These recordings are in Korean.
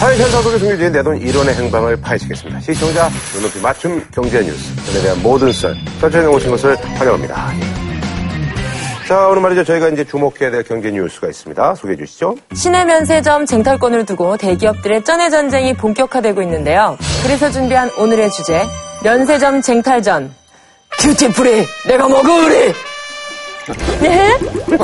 사회현 서독의 숨겨진 내돈 이론의 행방을 파헤치겠습니다. 시청자 눈높이 맞춤 경제 뉴스. 전에 대한 모든 썰. 천천히 오신 것을 환영합니다. 자, 오늘 말이죠. 저희가 이제 주목해야 될 경제 뉴스가 있습니다. 소개해 주시죠. 시내 면세점 쟁탈권을 두고 대기업들의 쩐의 전쟁이 본격화되고 있는데요. 그래서 준비한 오늘의 주제, 면세점 쟁탈전. 큐티프리, 내가 먹으리! 예?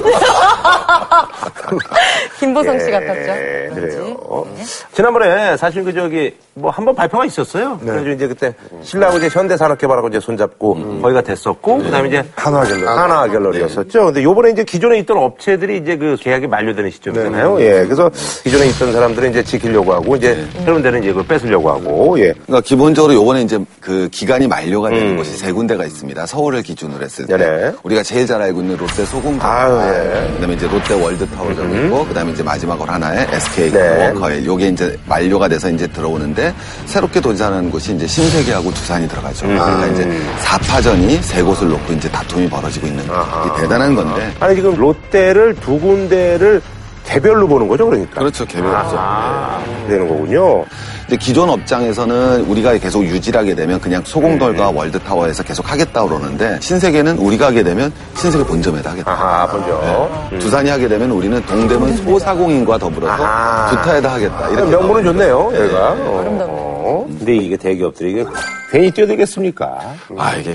김보성 씨 같았죠? 예, 그래요. 네. 네, 지난번에 사실 그 저기 뭐 한 번 발표가 있었어요. 네. 그래서 이제 그때 신라하고 이제 현대산업개발하고 이제 손잡고 거기가 됐었고 그다음에 이제 음. 네. 한화 갤러리. 네. 하나 갤러리였었죠. 근데 요번에 이제 기존에 있던 업체들이 이제 그 계약이 만료되는 시점이잖아요. 예, 그래서 기존에 있던 사람들은 이제 지키려고 하고, 이제 새로운 데는 이제 그 뺏으려고 하고. 오, 네. 예. 그러니까 기본적으로 요번에 이제 그 기간이 만료가 되는 곳이 세 군데가 있습니다. 서울을 기준으로 했을 때 음. 네네. 우리가 제일 잘 알고 있는 롯데 소공장, 아유, 예. 그다음에 이제 롯데 월드타워점 있고 그다음에 이제 마지막으로 하나의 SK 네. 거일 요게 이제 만료가 돼서 이제 들어오는데 새롭게 도전하는 곳이 이제 신세계하고 두산이 들어가죠. 음. 그러니까 이제 사파전이세 곳을 놓고 이제 다툼이 벌어지고 있는 게 대단한 건데 아니, 지금 롯데를 두 군데를 개별로 보는 거죠, 그러니까. 그렇죠 개별이죠. 되는 거군요. 근데 기존 업장에서는 우리가 계속 유지하게 되면 그냥 소공돌과 네. 월드타워에서 계속 하겠다 그러는데 신세계는 우리가 하게 되면 신세계 본점에다 하겠다. 아하, 먼저. 음. 두산이 하게 되면 우리는 동대문 소사공인과 더불어서 아하. 구타에다 하겠다. 이렇게 명분은 좋네요, 예. 여기가. 아름답네. 어. 근데 이게 대기업들이 이게 괜히 뛰어들겠습니까? 아 이게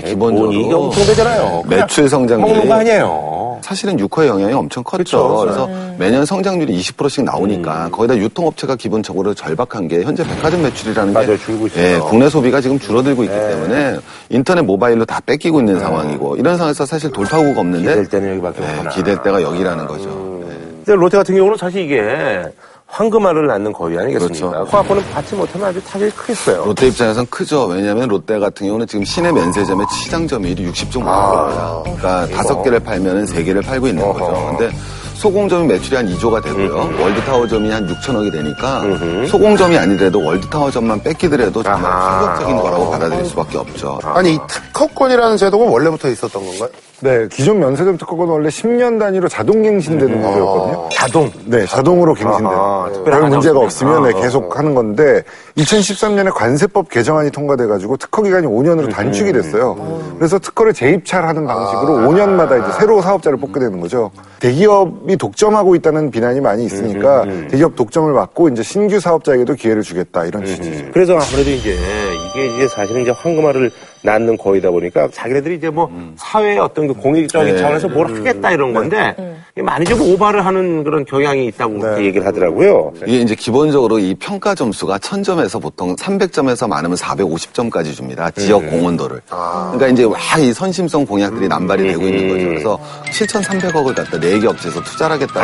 뭐 기본적으로 네. 돈이 이게 엄청 되잖아요. 그냥 매출 성장률이 먹는 거 아니에요. 사실은 유커의 영향이 엄청 컸죠. 그래서 매년 성장률이 20%씩 나오니까 음. 거기다 유통업체가 기본적으로 절박한 게 현재 백화점 매출이라는 게 맞아요. 줄고 있어요. 예, 국내 소비가 지금 줄어들고 있기 네. 때문에 인터넷 모바일로 다 뺏기고 있는 상황이고 이런 상황에서 사실 돌파구가 없는데 기댈 때는 여기밖에 없구나. 예, 네. 기댈 때가 여기라는 거죠. 예. 근데 롯데 같은 경우는 사실 이게 황금알을 낳는 거위 아니겠습니까? 그렇죠. 코아코는 받지 못하면 아주 타격이 크겠어요. 롯데 입장에선 크죠. 왜냐하면 롯데 같은 경우는 지금 시내 면세점의 시장점유율이 60.5%입니다. 아, 그러니까 다섯 개를 팔면은 세 개를 팔고 있는 거죠. 근데 소공점이 매출이 한 2조가 되고요. 음, 월드타워점이 한 6천억이 되니까 소공점이 아니더라도 월드타워점만 뺏기더라도 정말 충격적인 거라고 받아들일 수밖에 없죠. 아니 이 특허권이라는 제도가 원래부터 있었던 건가요? 네, 기존 면세점 특허권은 원래 10년 단위로 자동 갱신되는 제도였거든요. 자동? 네, 자동으로 갱신돼요. 음. 아, 네. 아하, 특별한 아. 별 문제가 한정 없으면 네, 계속 하는 건데 2013년에 관세법 개정안이 통과돼가지고 특허 기간이 음, 5년으로 단축이 됐어요. 그래서 특허를 재입찰하는 아. 방식으로 5년마다 이제 새로 사업자를 뽑게 되는 거죠. 대기업이 독점하고 있다는 비난이 많이 있으니까 음, 대기업 독점을 막고 이제 신규 사업자에게도 기회를 주겠다 음, 이런 취지죠. 그래서 아무래도 이제 이게 이제 사실은 이제 황금알을 낳는 거이다 보니까 자기네들이 이제 뭐 음. 사회의 어떤 그 공익적인 네. 차원에서 뭘 하겠다 이런 건데 이게 많이 좀 오바를 하는 그런 경향이 있다고 네. 그렇게 얘기를 하더라고요. 이게 이제 기본적으로 이 평가 점수가 1000점에서 보통 300점에서 많으면 450점까지 줍니다. 지역 공헌도를. 그러니까 이제 막 이 선심성 공약들이 남발이 되고 있는 거죠. 그래서 7,300억을 갖다 4개 업체에서 투자를 하겠다고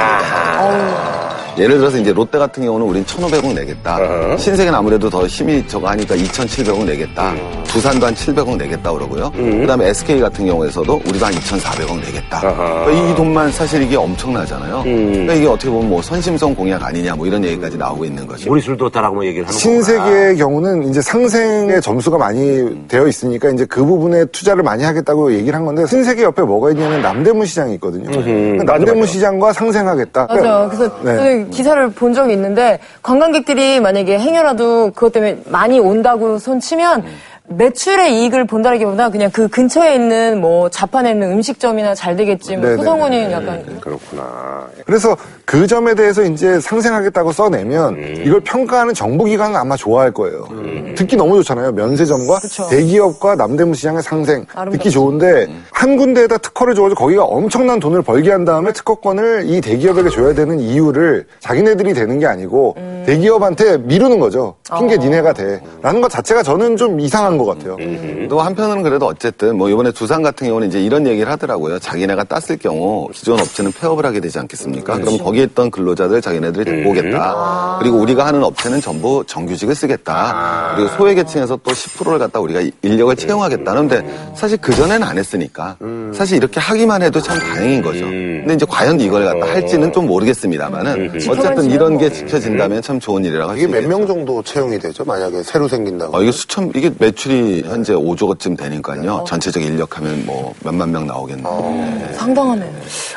얘기하니까 예를 들어서 이제 롯데 같은 경우는 우린 1,500억 내겠다. 신세계는 아무래도 더 힘이 저거 하니까 2,700억 내겠다. 두산도 한 700억 내겠다 그러고요. 그다음에 SK 같은 경우에서도 우리도 한 2,400억 내겠다. 그러니까 이 돈만 사실 이게 엄청나잖아요. 그러니까 이게 어떻게 보면 뭐 선심성 공약 아니냐 뭐 이런 얘기까지 나오고 있는 거죠. 우리술도 없다라고 뭐 얘기를 하는 거구나. 신세계의 경우는 이제 상생의 점수가 많이 되어 있으니까 이제 그 부분에 투자를 많이 하겠다고 얘기를 한 건데 신세계 옆에 뭐가 있냐면 남대문 시장이 있거든요. 그러니까 남대문 시장과 상생하겠다. 맞아요. 그래서 네. 저는 기사를 본 적이 있는데 관광객들이 만약에 행여라도 그것 때문에 많이 온다고 손 치면 매출의 이익을 본다기보다 그냥 그 근처에 있는 뭐 자판에 있는 음식점이나 잘 되겠지 뭐 네네. 소상공인 약간 그렇구나. 그래서 그 점에 대해서 이제 상생하겠다고 써내면 음. 이걸 평가하는 정부기관은 아마 좋아할 거예요. 듣기 너무 좋잖아요. 면세점과 그쵸. 대기업과 남대문 시장의 상생. 아름답죠. 그렇죠. 음. 듣기 좋은데 한 군데에다 특허를 줘가지고 거기가 엄청난 돈을 벌게 한 다음에 특허권을 이 대기업에게 줘야 되는 이유를 자기네들이 되는 게 아니고 음. 대기업한테 미루는 거죠. 어. 핑계 니네가 돼. 라는 것 자체가 저는 좀 이상한 것 같아요. 음. 음. 또 한편으로는 그래도 어쨌든 뭐 이번에 두산 같은 경우는 이제 이런 얘기를 하더라고요. 자기네가 땄을 경우 기존 업체는 폐업을 하게 되지 않겠습니까? 그럼 거기에 있던 근로자들 자기네들이 데리고 오겠다. 그리고 우리가 하는 업체는 전부 정규직을 쓰겠다. 그리고 소외계층에서 또 10%를 갖다 우리가 인력을 채용하겠다. 그런데 사실 그전에는 안 했으니까 사실 이렇게 하기만 해도 참 다행인 거죠. 근데 이제 과연 이걸 갖다 할지는 좀 모르겠습니다만은 어쨌든 이런 게 지켜진다면 참 좋은 일이라고 할 수 이게 몇 있겠죠. 명 정도 채용이 되죠? 만약에 새로 생긴다고. 어, 이게 수천, 이게 매출이 현재 5조쯤 되니까요. 어. 전체적 인력하면 뭐 몇만 명 나오겠네요. 상당하네요.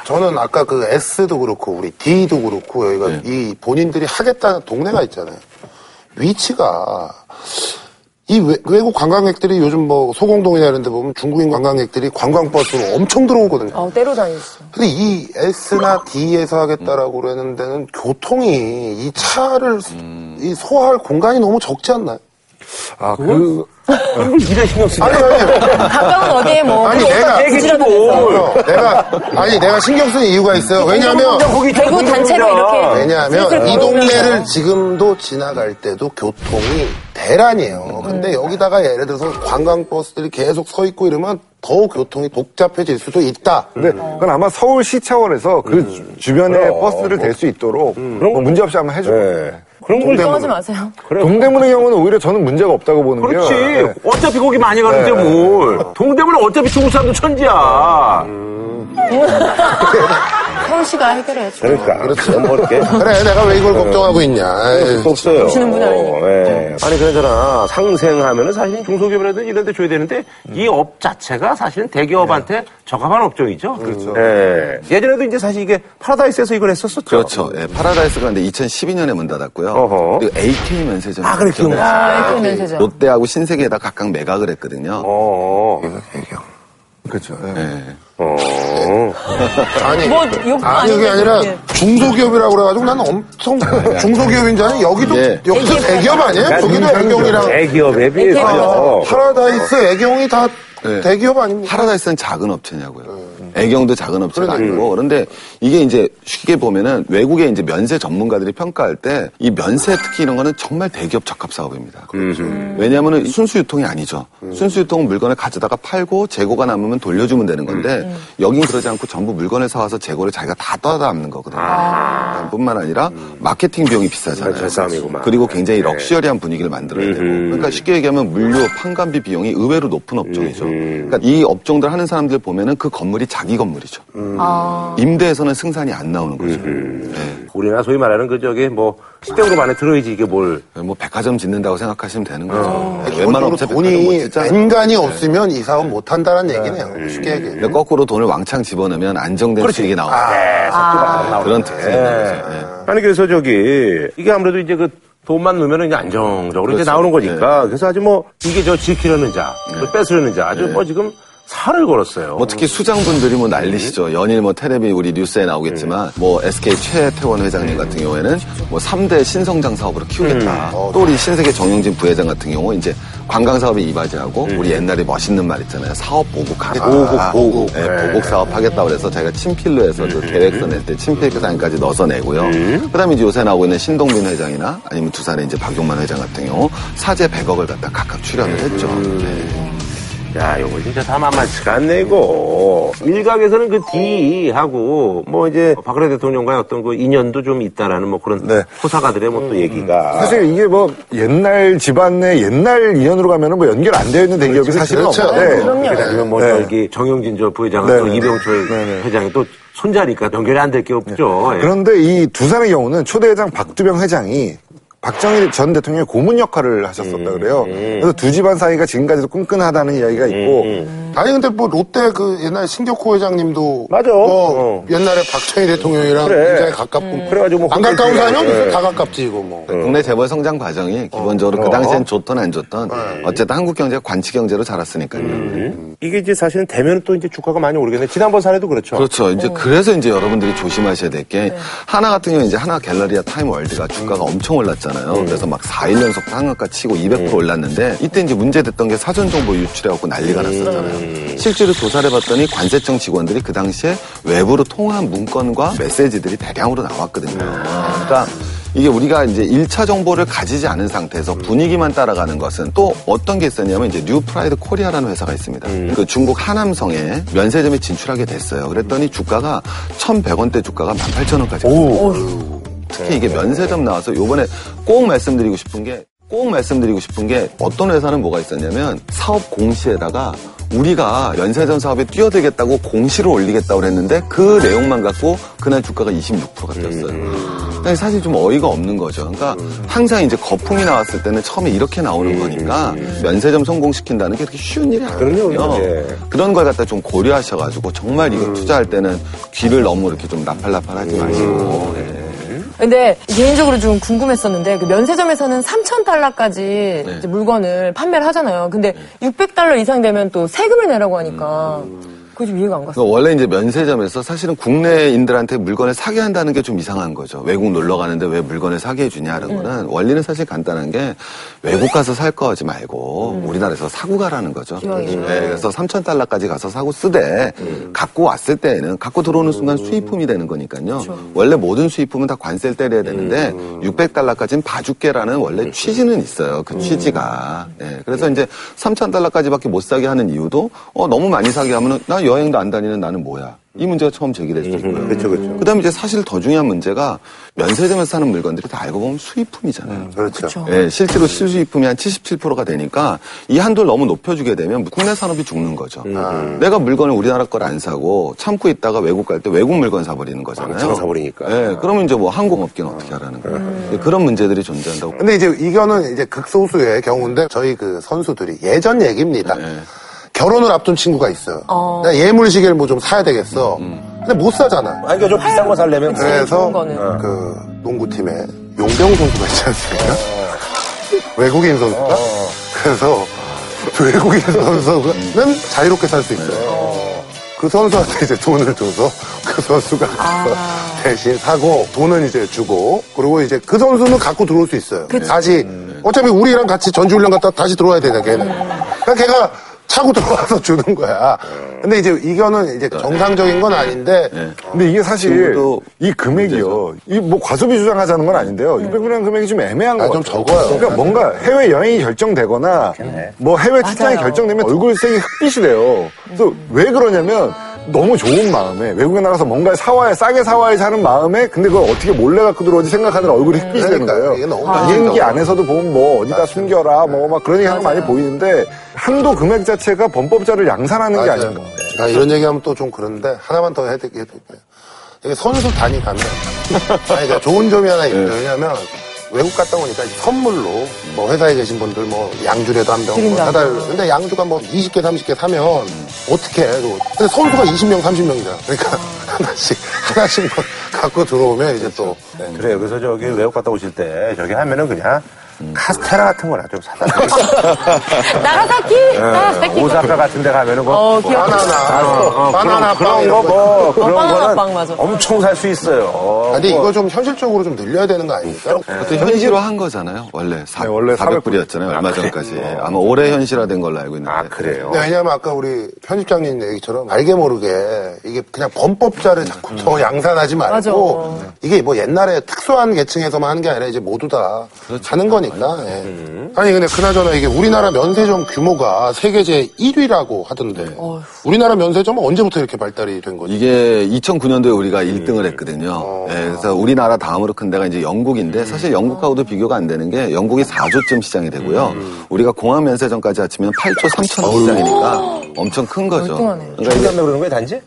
저는 아까 그 S도 그렇고 우리 D도 그렇고 여기가 이 본인들이 하겠다는 동네가 있잖아요. 위치가 이 외, 외국 관광객들이 요즘 뭐 소공동이나 이런 데 보면 중국인 관광객들이 관광버스로 엄청 들어오거든요. 어, 때로 다니시죠. 근데 이 S나 D에서 하겠다라고 그러는 데는 교통이 이 차를 소- 이 소화할 공간이 너무 적지 않나요? 아, 그, 이런 신경 쓰 아니, 아니, 가까운 어디에 뭐. 아니, 우리 내가 오빠 부지런하면서. 어, 내가, 아니, 내가 신경 쓰는 이유가 있어요. 왜냐면, 거기 뭐 대구 단체로 이렇게. 왜냐하면 이 동네를 지금도 지나갈 때도 교통이 대란이에요. 근데 여기다가 예를 들어서 관광버스들이 계속 서 있고 이러면 더 교통이 복잡해질 수도 있다. 근데 어. 그건 아마 서울시 차원에서 그 음. 주- 주변에 버스를 댈 수 있도록 뭐 문제 없이 한번 해줄 거예요. 네. 그런 걸 걱정하지 마세요. 동대문의 경우는 오히려 저는 문제가 없다고 보는 그렇지. 게요. 네. 어차피 거기 많이 가는데 네. 뭘. 동대문은 어차피 중국 사람도 천지야. 음, 서울시가 해결해야죠. 그러니까. 그렇지. 넘볼게. 그래, 내가 왜 이걸 걱정하고 있냐. 네. 에이. 없어요. 주시는 분이 아니니까. 어, 예. 아니, 그러잖아. 상생하면은 사실 중소기업이라든 이런 데 줘야 되는데 이 업 자체가 사실은 대기업한테 적합한 업종이죠. 네. 그렇죠. 예. 예전에도 이제 사실 이게 파라다이스에서 이걸 했었었죠. 그렇죠. 예, 파라다이스가 근데 2012년에 문 닫았고요. 어허. 그리고 AK 면세점. 아, 그래, 그렇죠. 기억나. 아, 이렇게 면세죠. 네. 롯데하고 신세계에다 각각 매각을 했거든요. 어. 그렇죠. 예. 아니, 뭐, 욕도 네. 아니, 그게 아닌데, 아니라 그렇게. 중소기업이라고 그래가지고 나는 엄청 중소기업인 줄 아니 여기도, 예. 여기도 대기업 아니에요? 저기도 그러니까 애경이랑. 그러니까 대기업에 비해서. 파라다이스 애경이 다 네. 대기업 아닙니까? 파라다이스는 작은 업체냐고요. 애경도 작은 업체가 아니고 그런데 이게 이제 쉽게 보면은 외국의 이제 면세 전문가들이 평가할 때 이 면세 특히 이런 거는 정말 대기업 적합 사업입니다. 음. 왜냐하면은 순수 유통이 아니죠. 순수 유통 은 물건을 가져다가 팔고 재고가 남으면 돌려주면 되는 건데 여긴 그러지 않고 전부 물건을 사와서 재고를 자기가 다 떠담는 거거든요. 뿐만 아니라 음. 마케팅 비용이 비싸잖아요. 그렇죠. 싸움이구만. 네. 그리고 굉장히 럭셔리한 분위기를 만들어야 되고 그러니까 쉽게 얘기하면 물류 판관비 비용이 의외로 높은 업종이죠 그러니까 이 업종들 하는 사람들 보면은 그 건물이 자기 건물이죠 음. 아. 임대에서는 승산이 안 나오는 거죠 우리나라 소위 말하는 그 저기 뭐 10대 그룹 안에 들어야지 이게 뭘. 예. 뭐 백화점 짓는다고 생각하시면 되는 거죠 예, 웬만한 기본적으로 업체 백화점 못 어. 돈이 짓잖아요 인간이 없으면 이 사업 못 한다는 얘기네요. 쉽게 얘기해. 근데 거꾸로 돈을 왕창 집어넣으면 안정된 수익이 나와요 아. 아, 그런 특징이 네. 있는 거죠 예. 아니, 그래서 저기, 이게 아무래도 이제 그 돈만 넣으면 이제 안정적으로 이제 그렇죠. 나오는 거니까. 그래서 아주 뭐, 이게 저 지키려는 자, 또 뺏으려는 자, 아주 뭐 지금 살을 걸었어요. 뭐 특히 수장분들이 뭐 난리시죠. 연일 뭐 테레비 우리 뉴스에 나오겠지만 뭐 SK 최태원 회장님 같은 경우에는 뭐 3대 신성장 사업으로 키우겠다. 또 우리 신세계 정용진 부회장 같은 경우 이제 관광 사업에 이바지하고 우리 옛날에 멋있는 말 있잖아요. 사업 보복하겠다. 보복, 보복. 예, 보복 사업 하겠다 그래서 자기가 친필로 해서 그 계획서 낼 때 친필 사인까지 넣어서 내고요. 그다음에 이제 요새 나오고 있는 신동빈 회장이나 아니면 두산의 이제 박용만 회장 같은 경우 사제 100억을 갖다 각각 출연을 했죠. 네. 야, 요거 진짜 다 만만치가 않네, 이거. 일각에서는 그 D하고, 뭐 이제, 박근혜 대통령과의 어떤 그 인연도 좀 있다라는 뭐 그런 호사가들의 뭐 또 얘기가. 사실 이게 뭐 옛날 집안 내 옛날 인연으로 가면은 뭐 연결 안 되어 있는 대기업이 사실은 그렇죠. 없는데 네. 그럼요. 아니면 뭐 저기 정영진 저 부회장, 또 네네. 이병철 네네. 네. 회장이 또 손자니까 연결이 안 될 게 없죠. 예. 그런데 이 두산의 경우는 초대 회장 박두병 회장이 박정희 전 대통령의 고문 역할을 하셨었다 그래요. 그래서 두 집안 사이가 지금까지도 끈끈하다는 이야기가 있고 아니 근데 뭐 롯데 그 옛날 신격호 회장님도 맞아. 뭐 옛날에 박정희 대통령이랑 그래. 굉장히 가깝고 그래가지고 뭐 안 가까운 그런 사람이 예. 없어 다 가깝지 이거 뭐. 국내 재벌 성장 과정이 기본적으로 그 당시엔 좋든 안 좋든 어쨌든 한국 경제가 관치 경제로 자랐으니까요. 음. 이게 이제 사실은 되면 또 이제 주가가 많이 오르겠네. 지난번 사례도 그렇죠. 그렇죠. 이제 그래서 이제 여러분들이 조심하셔야 될 게 하나 같은 경우 이제 하나 갤러리아 타임 월드가 주가가 엄청 올랐잖아요. 그래서 막 4일 연속 상한가 치고 200% 올랐는데 이때 이제 문제됐던 게 사전 정보 유출해갖고 난리가 났었잖아요. 실제로 조사를 해봤더니 관세청 직원들이 그 당시에 외부로 통화한 문건과 메시지들이 대량으로 나왔거든요. 그러니까 이게 우리가 이제 1차 정보를 가지지 않은 상태에서 분위기만 따라가는 것은 또 어떤 게 있었냐면 이제 뉴 프라이드 코리아라는 회사가 있습니다. 그 중국 하남성에 면세점에 진출하게 됐어요. 그랬더니 주가가 1,100원대 주가가 18,000원까지. 특히 이게 면세점 나와서 요번에 꼭 말씀드리고 싶은 게 꼭 말씀드리고 싶은 게 어떤 회사는 뭐가 있었냐면 사업 공시에다가 우리가 면세점 사업에 뛰어들겠다고 공시를 올리겠다고 했는데 그 내용만 갖고 그날 주가가 26%가 뛰었어요. 근데 사실 좀 어이가 없는 거죠. 그러니까 항상 이제 거품이 나왔을 때는 처음에 이렇게 나오는 거니까 면세점 성공시킨다는 게 그렇게 쉬운 일이 아니거든요. 예. 음. 그런 걸 갖다 좀 음. 고려하셔가지고 정말 이거 투자할 때는 귀를 너무 이렇게 좀 나팔나팔하지 마시고 예. 근데 개인적으로 좀 궁금했었는데 그 면세점에서는 3,000달러까지 네. 물건을 판매를 하잖아요. 근데 600달러 이상 되면 또 세금을 내라고 하니까 음. 그게 좀 이해가 안 갔어요. 그러니까 원래 이제 면세점에서 사실은 국내인들한테 물건을 사게 한다는 게 좀 이상한 거죠. 외국 놀러 가는데 왜 물건을 사게 해주냐는 거는 원리는 사실 간단한 게 외국 가서 살 거지 말고 우리나라에서 사고 가라는 거죠. 음. 기왕이면. 네, 음. 그래서 3천 달러까지 가서 사고 쓰되 갖고 왔을 때에는 갖고 들어오는 순간 수입품이 되는 거니까요. 원래 모든 수입품은 다 관세를 때려야 되는데 음, 600달러까지는 봐줄게라는 네. 원래 취지는 있어요. 음. 그 취지가. 예, 그래서 이제 3천 달러까지밖에 못 사게 하는 이유도 어, 너무 많이 사게 하면은 나 여행도 안 다니는 나는 뭐야. 이 문제가 처음 제기될 수 있고요. 그렇죠, 그렇죠. 그다음에 이제 사실 더 중요한 문제가 면세점에서 사는 물건들이 다 알고 보면 수입품이잖아요. 음, 그렇죠. 예, 실제로 실수입품이 한 77%가 되니까 이 한도를 너무 높여주게 되면 국내 산업이 죽는 거죠. 음, 내가 물건을 우리나라 걸 안 사고 참고 있다가 외국 갈 때 외국 물건 사버리는 거잖아요. 제가 사버리니까. 예, 그러면 이제 뭐 항공업계는 어떻게 하라는 거예요. 예, 그런 문제들이 존재한다고. 근데 이제 이거는 이제 극소수의 경우인데 저희 그 선수들이 예전 얘기입니다. 결혼을 앞둔 친구가 있어요. 어. 나 예물시계를 뭐 좀 사야 되겠어. 근데 못 사잖아. 아니, 그러니까 좀 비싼 거 살려면. 아, 그치. 그래서 좋은 거는. 그 농구팀에 용병 선수가 있지 않습니까? 어. 외국인 선수가? 그래서 외국인 선수는 자유롭게 살 수 있어요. 그 선수한테 이제 돈을 줘서 그 선수가 아. 가서 대신 사고 돈은 이제 주고 그리고 이제 그 선수는 갖고 들어올 수 있어요. 다시 음. 어차피 우리랑 같이 전주훈련 갔다 다시 들어와야 되냐 걔는. 음. 그러니까 걔가 차고 들어와서 주는 거야. 근데 이제 이거는 이제 네. 정상적인 건 아닌데 근데 이게 사실 지금도 이 금액이요. 이 뭐 과소비 주장하자는 건 음. 아닌데요. 600불이라는 금액이 좀 애매한 아, 거 좀 적어요. 그러니까 뭔가 해외 여행이 결정되거나 뭐 해외 출장이 맞아요. 결정되면 얼굴색이 흑빛이 돼요. 그래서 왜 그러냐면 너무 좋은 마음에 외국에 나가서 뭔가 사와야 싸게 사와야 하는 마음에 근데 그걸 어떻게 몰래 갖고 들어오지 생각하느라 얼굴이 흑빛이 되는 그러니까요. 거예요. 아, 이게 너무 비행기 단순적으로. 안에서도 보면 뭐 어디다 숨겨라 뭐 막 그런 얘기 하는 거 많이 보이는데 한도 금액 자체가 범법자를 양산하는 게 아닌가. 아, 이런 얘기하면 또 좀 그런데 하나만 더 해드릴게요. 이게 선수 단위 가면 아니 그러니까 좋은 점이 하나 있죠. 왜냐하면 외국 갔다 오니까 선물로 뭐 회사에 계신 분들 뭐 양주라도 한병 드린다. 사달 근데 양주가 뭐 20개 30개 사면 어떻게 해? 그거. 근데 선수가 20명 30명이잖아. 그러니까 하나씩 하나씩 뭐 갖고 들어오면 이제 또 네. 그래요. 그래서 저기 외국 갔다 오실 때 저기 하면은 그냥 카스테라 같은 거나 좀 사다 주세요. 나가사키! 네. 나가사키! 오사카 같은 데 가면은 뭐 어, 귀엽다. 바나나 어, 바나나 빵 그런 이런 거 뭐 그런 빵, 거는 빵 맞아. 엄청 살 수 있어요. 어, 아니 뭐. 이거 좀 현실적으로 좀 늘려야 되는 거 아닙니까? 그것도 네. 현실화 한 거잖아요. 원래, 사, 네, 원래 400불이었잖아요. 얼마 전까지. 아마 올해 현실화된 걸로 알고 있는데. 아 그래요. 네, 왜냐하면 아까 우리 편집장님 얘기처럼 알게 모르게 이게 그냥 범법자를 자꾸 더 양산하지 말고 음. 맞아. 이게 뭐 옛날에 특수한 계층에서만 하는 게 아니라 이제 모두 다 그렇죠. 하는 거니까. 예. 음. 아니 근데 그나저나 이게 우리나라 면세점 규모가 세계제 1위라고 하던데 우리나라 면세점은 언제부터 이렇게 발달이 된 거지? 이게 2009년도에 우리가 1등을 했거든요. 예, 그래서 우리나라 다음으로 큰 데가 이제 영국인데 사실 영국하고도 비교가 안 되는 게 영국이 4조쯤 시장이 되고요. 우리가 공항 면세점까지 합치면 8조 3천 시장이니까 엄청 큰 거죠. 멀뚱하네. 그러니까 이게 그러는 거예요 단지?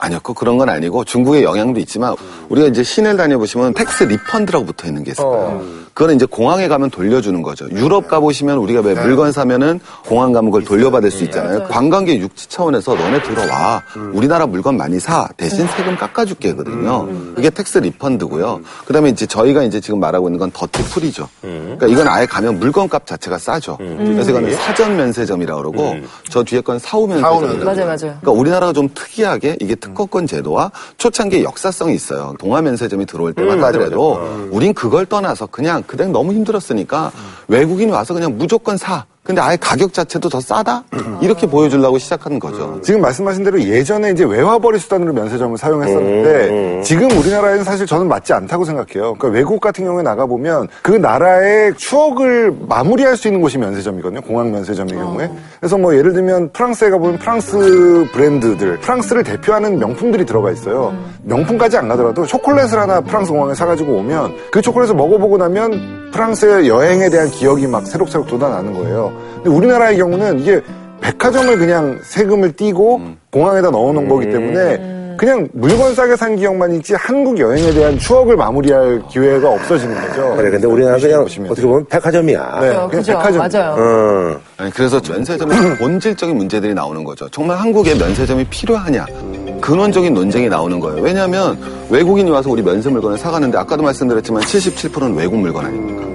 아니요, 그- 그런 건 아니고 중국의 영향도 있지만 우리가 이제 시내를 다녀보시면 텍스 리펀드라고 붙어 있는 게 있어요. 그거는 이제 공항에 가면 돌려주는 거죠. 유럽 가보시면 우리가 왜 물건 사면은 공항 가면 그걸 돌려받을 수 있잖아요. 관광객 육지 차원에서 너네 들어와. 우리나라 물건 많이 사. 대신 세금 깎아줄게 거든요. 그게 텍스 리펀드고요. 그 다음에 이제 저희가 이제 지금 말하고 있는 건 더티 풀이죠. 그러니까 이건 아예 가면 물건값 자체가 싸죠. 그래서 이거는 사전 면세점이라고 그러고 저 뒤에 건 사후 사후 면세점. 면세점. 맞아요, 맞아요. 그러니까 우리나라가 좀 특이하게 이게 특허권 제도와 초창기의 역사성이 있어요. 동화면세점이 들어올 때만 하더라도 음. 우린 그걸 떠나서 그냥 그냥 너무 힘들었으니까 외국인이 와서 그냥 무조건 사. 근데 아예 가격 자체도 더 싸다? 이렇게 보여주려고 시작한 거죠. 음. 지금 말씀하신 대로 예전에 이제 외화벌이 수단으로 면세점을 사용했었는데 지금 우리나라에는 사실 저는 맞지 않다고 생각해요. 그러니까 외국 같은 경우에 나가보면 그 나라의 추억을 마무리할 수 있는 곳이 면세점이거든요. 공항 면세점의 경우에. 그래서 뭐 예를 들면 프랑스에 가보면 프랑스 브랜드들, 프랑스를 대표하는 명품들이 들어가 있어요. 명품까지 안 가더라도 초콜릿을 하나 프랑스 공항에 사가지고 오면 그 초콜릿을 먹어보고 나면 프랑스의 여행에 대한 기억이 막 새록새록 돋아나는 거예요. 근데 우리나라의 경우는 이게 백화점을 그냥 세금을 떼고 음. 공항에다 넣어놓은 거기 때문에 그냥 물건 싸게 산 기억만 있지 한국 여행에 대한 추억을 마무리할 기회가 없어지는 거죠. 그래 근데 우리나라 그냥 보시면. 어떻게 보면 백화점이야. 네, 그죠, 그냥 그죠. 백화점. 맞아요. 음. 아니, 그래서 면세점의 본질적인 문제들이 나오는 거죠. 정말 한국에 면세점이 필요하냐? 근원적인 논쟁이 나오는 거예요. 왜냐하면 외국인이 와서 우리 면세 물건을 사가는데 아까도 말씀드렸지만 77%는 외국 물건 아닙니까?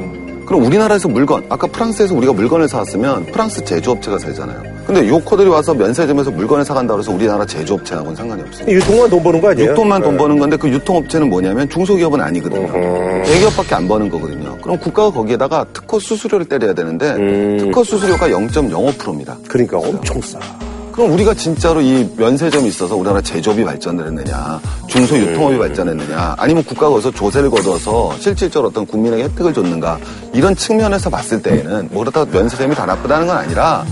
그럼 우리나라에서 물건, 아까 프랑스에서 우리가 물건을 사왔으면 프랑스 제조업체가 살잖아요. 근데 요커들이 와서 면세점에서 물건을 사간다고 해서 우리나라 제조업체하고는 상관이 없어요. 유통만 돈 버는 거 아니에요? 육돈만 네. 돈 버는 건데 그 유통업체는 뭐냐면 중소기업은 아니거든요. 음. 대기업밖에 안 버는 거거든요. 그럼 국가가 거기에다가 특허 수수료를 때려야 되는데 음. 특허 수수료가 0.05%입니다. 그러니까 엄청 싸. 그럼 우리가 진짜로 이 면세점이 있어서 우리나라 제조업이 발전을 했느냐, 중소 음. 유통업이 발전했느냐, 아니면 국가가 거기서 조세를 거둬서 실질적으로 어떤 국민에게 혜택을 줬는가, 이런 측면에서 봤을 때에는 뭐 그렇다고 면세점이 다 나쁘다는 건 아니라,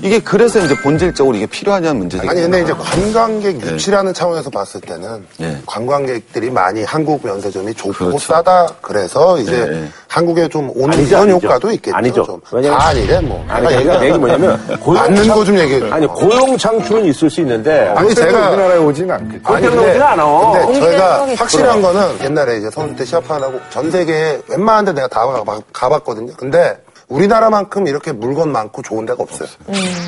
이게 그래서 이제 본질적으로 이게 필요하냐는 문제죠. 아니 근데 이제 관광객 네. 유치라는 차원에서 봤을 때는 예. 관광객들이 많이 한국 면세점이 좁고 그렇죠. 싸다 그래서 이제 예. 한국에 좀 오는 네. 아니죠, 이런 아니죠. 효과도 있겠죠. 아니죠. 좀. 왜냐면- 다 아니래 뭐. 아니, 내가 얘기가, 얘기하는 얘기 뭐냐면, 맞는 거 좀 얘기해 어. 줘. 아니, 고용 창출은 있을 수 있는데, 아니 제가 우리나라에 오진 않겠죠. 그렇게 나오진 않아. 근데 공개는 저희가 하겠죠. 확실한 거는 옛날에 이제 서울 때 시합하고 전 세계 웬만한 데 내가 다 가봐- 가봤거든요. 근데 우리나라만큼 이렇게 물건 많고 좋은 데가 없어요.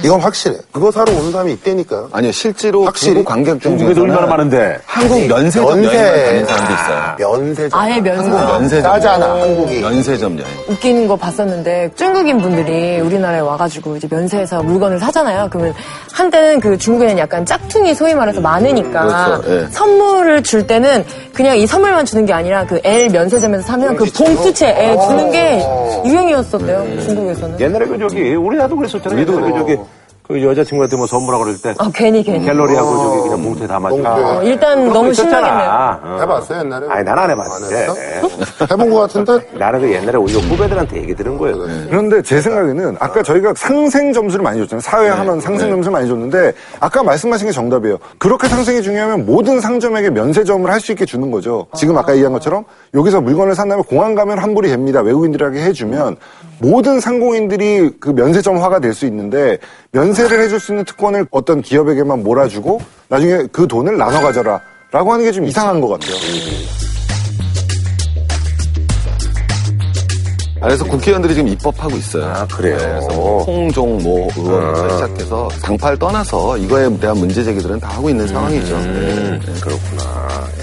이건 확실해. 그거 사러 오는 사람이 있다니까요. 아니요, 실제로 확실히? 중국 관객 중에서 중국에도 얼마나 많은데. 한국 면세점 네. 면세. 아, 여행을 다니는 사람도 있어요. 면세점. 아예 면세. 한국 면세점. 싸잖아, 한국이. 면세점 여행. 웃기는 거 봤었는데 중국인 분들이 우리나라에 와가지고 이제 면세에서 물건을 사잖아요. 그러면 한때는 그 중국에는 약간 짝퉁이 소위 말해서 많으니까 그렇죠. 예. 선물을 줄 때는 그냥 이 선물만 주는 게 아니라 그 L 면세점에서 사면 그 봉투채 예, 주는 게 유행이었었대요. 중국에서는. 예. 옛날에 그 저기, 우리나라도 그랬었잖아요. 우리도 그 저기, 그 여자친구한테 뭐 선물하고 그럴 때, 아 괜히 괜히. 갤러리하고 저기 그냥 봉투에 담아주고. 봉투에. 어, 일단 너무 신나겠네요. 해봤어요, 옛날에? 아니, 난 안 안 해봤는데. 했어? 예. 해본 것 같은데? 나는 그 옛날에 오히려 후배들한테 얘기 들은 거예요. 네. 그런데 제 생각에는 네. 아까 네. 저희가 상생 점수를 많이 줬잖아요. 사회 환원 상생 점수를 많이 줬는데 아까 말씀하신 게 정답이에요. 그렇게 상생이 중요하면 모든 상점에게 면세점을 할 수 있게 주는 거죠. 지금 아까 얘기한 것처럼 여기서 물건을 산다면 공항 가면 환불이 됩니다. 외국인들에게 해주면 모든 상공인들이 그 면세점화가 될 수 있는데 면세를 해줄 수 있는 특권을 어떤 기업에게만 몰아주고 나중에 그 돈을 나눠 가져라. 라고 하는 게 좀 이상한 것 같아요. 그래서 국회의원들이 지금 입법하고 있어요. 아, 그래요? 아. 그래서 뭐 홍종 모 의원부터 시작해서 당파를 떠나서 이거에 대한 문제 제기들은 다 하고 있는 상황이죠. 네.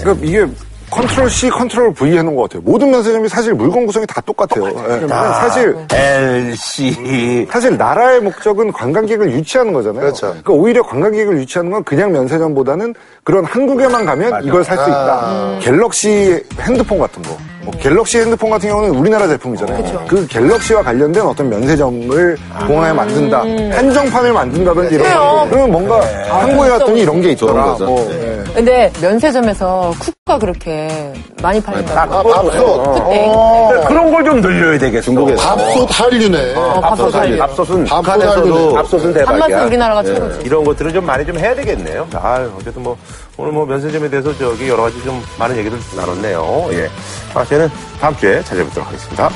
그러니까 이게 컨트롤 C, 컨트롤 V 해놓은 것 같아요. 모든 면세점이 사실 물건 구성이 다 똑같아요. 예, 그러면 사실 네. L, C. 사실 나라의 목적은 관광객을 유치하는 거잖아요. 그렇죠. 러니까 오히려 관광객을 유치하는 건 그냥 면세점보다는 그런 한국에만 가면 이걸 살 수 있다. 갤럭시 핸드폰 같은 거. 뭐 갤럭시 핸드폰 같은 경우는 우리나라 제품이잖아요. 그 갤럭시와 관련된 어떤 면세점을 공항에 만든다. 한정판을 만든다든지 이런 거. 그러면 뭔가 한국에 갔더니 이런 게 그런 있더라. 거죠. 뭐. 네. 근데 면세점에서 쿡가 그렇게 많이 네. 팔린다고. 밥솥. 땡. 그런 걸 좀 늘려야 되겠어. 중국에서 밥솥 한류네. 아, 어, 밥솥 한류. 밥솥은, 밥솥 한류네. 북한에서도 밥솥은 밥맛은 대박이야. 예. 우리나라가 최고죠. 이런 것들은 좀 많이 좀 해야 되겠네요. 아, 어쨌든 뭐 오늘 뭐 면세점에 대해서 저기 여러 가지 좀 많은 얘기를 나눴네요. 예. 아, 저는 다음 주에 찾아뵙도록 하겠습니다.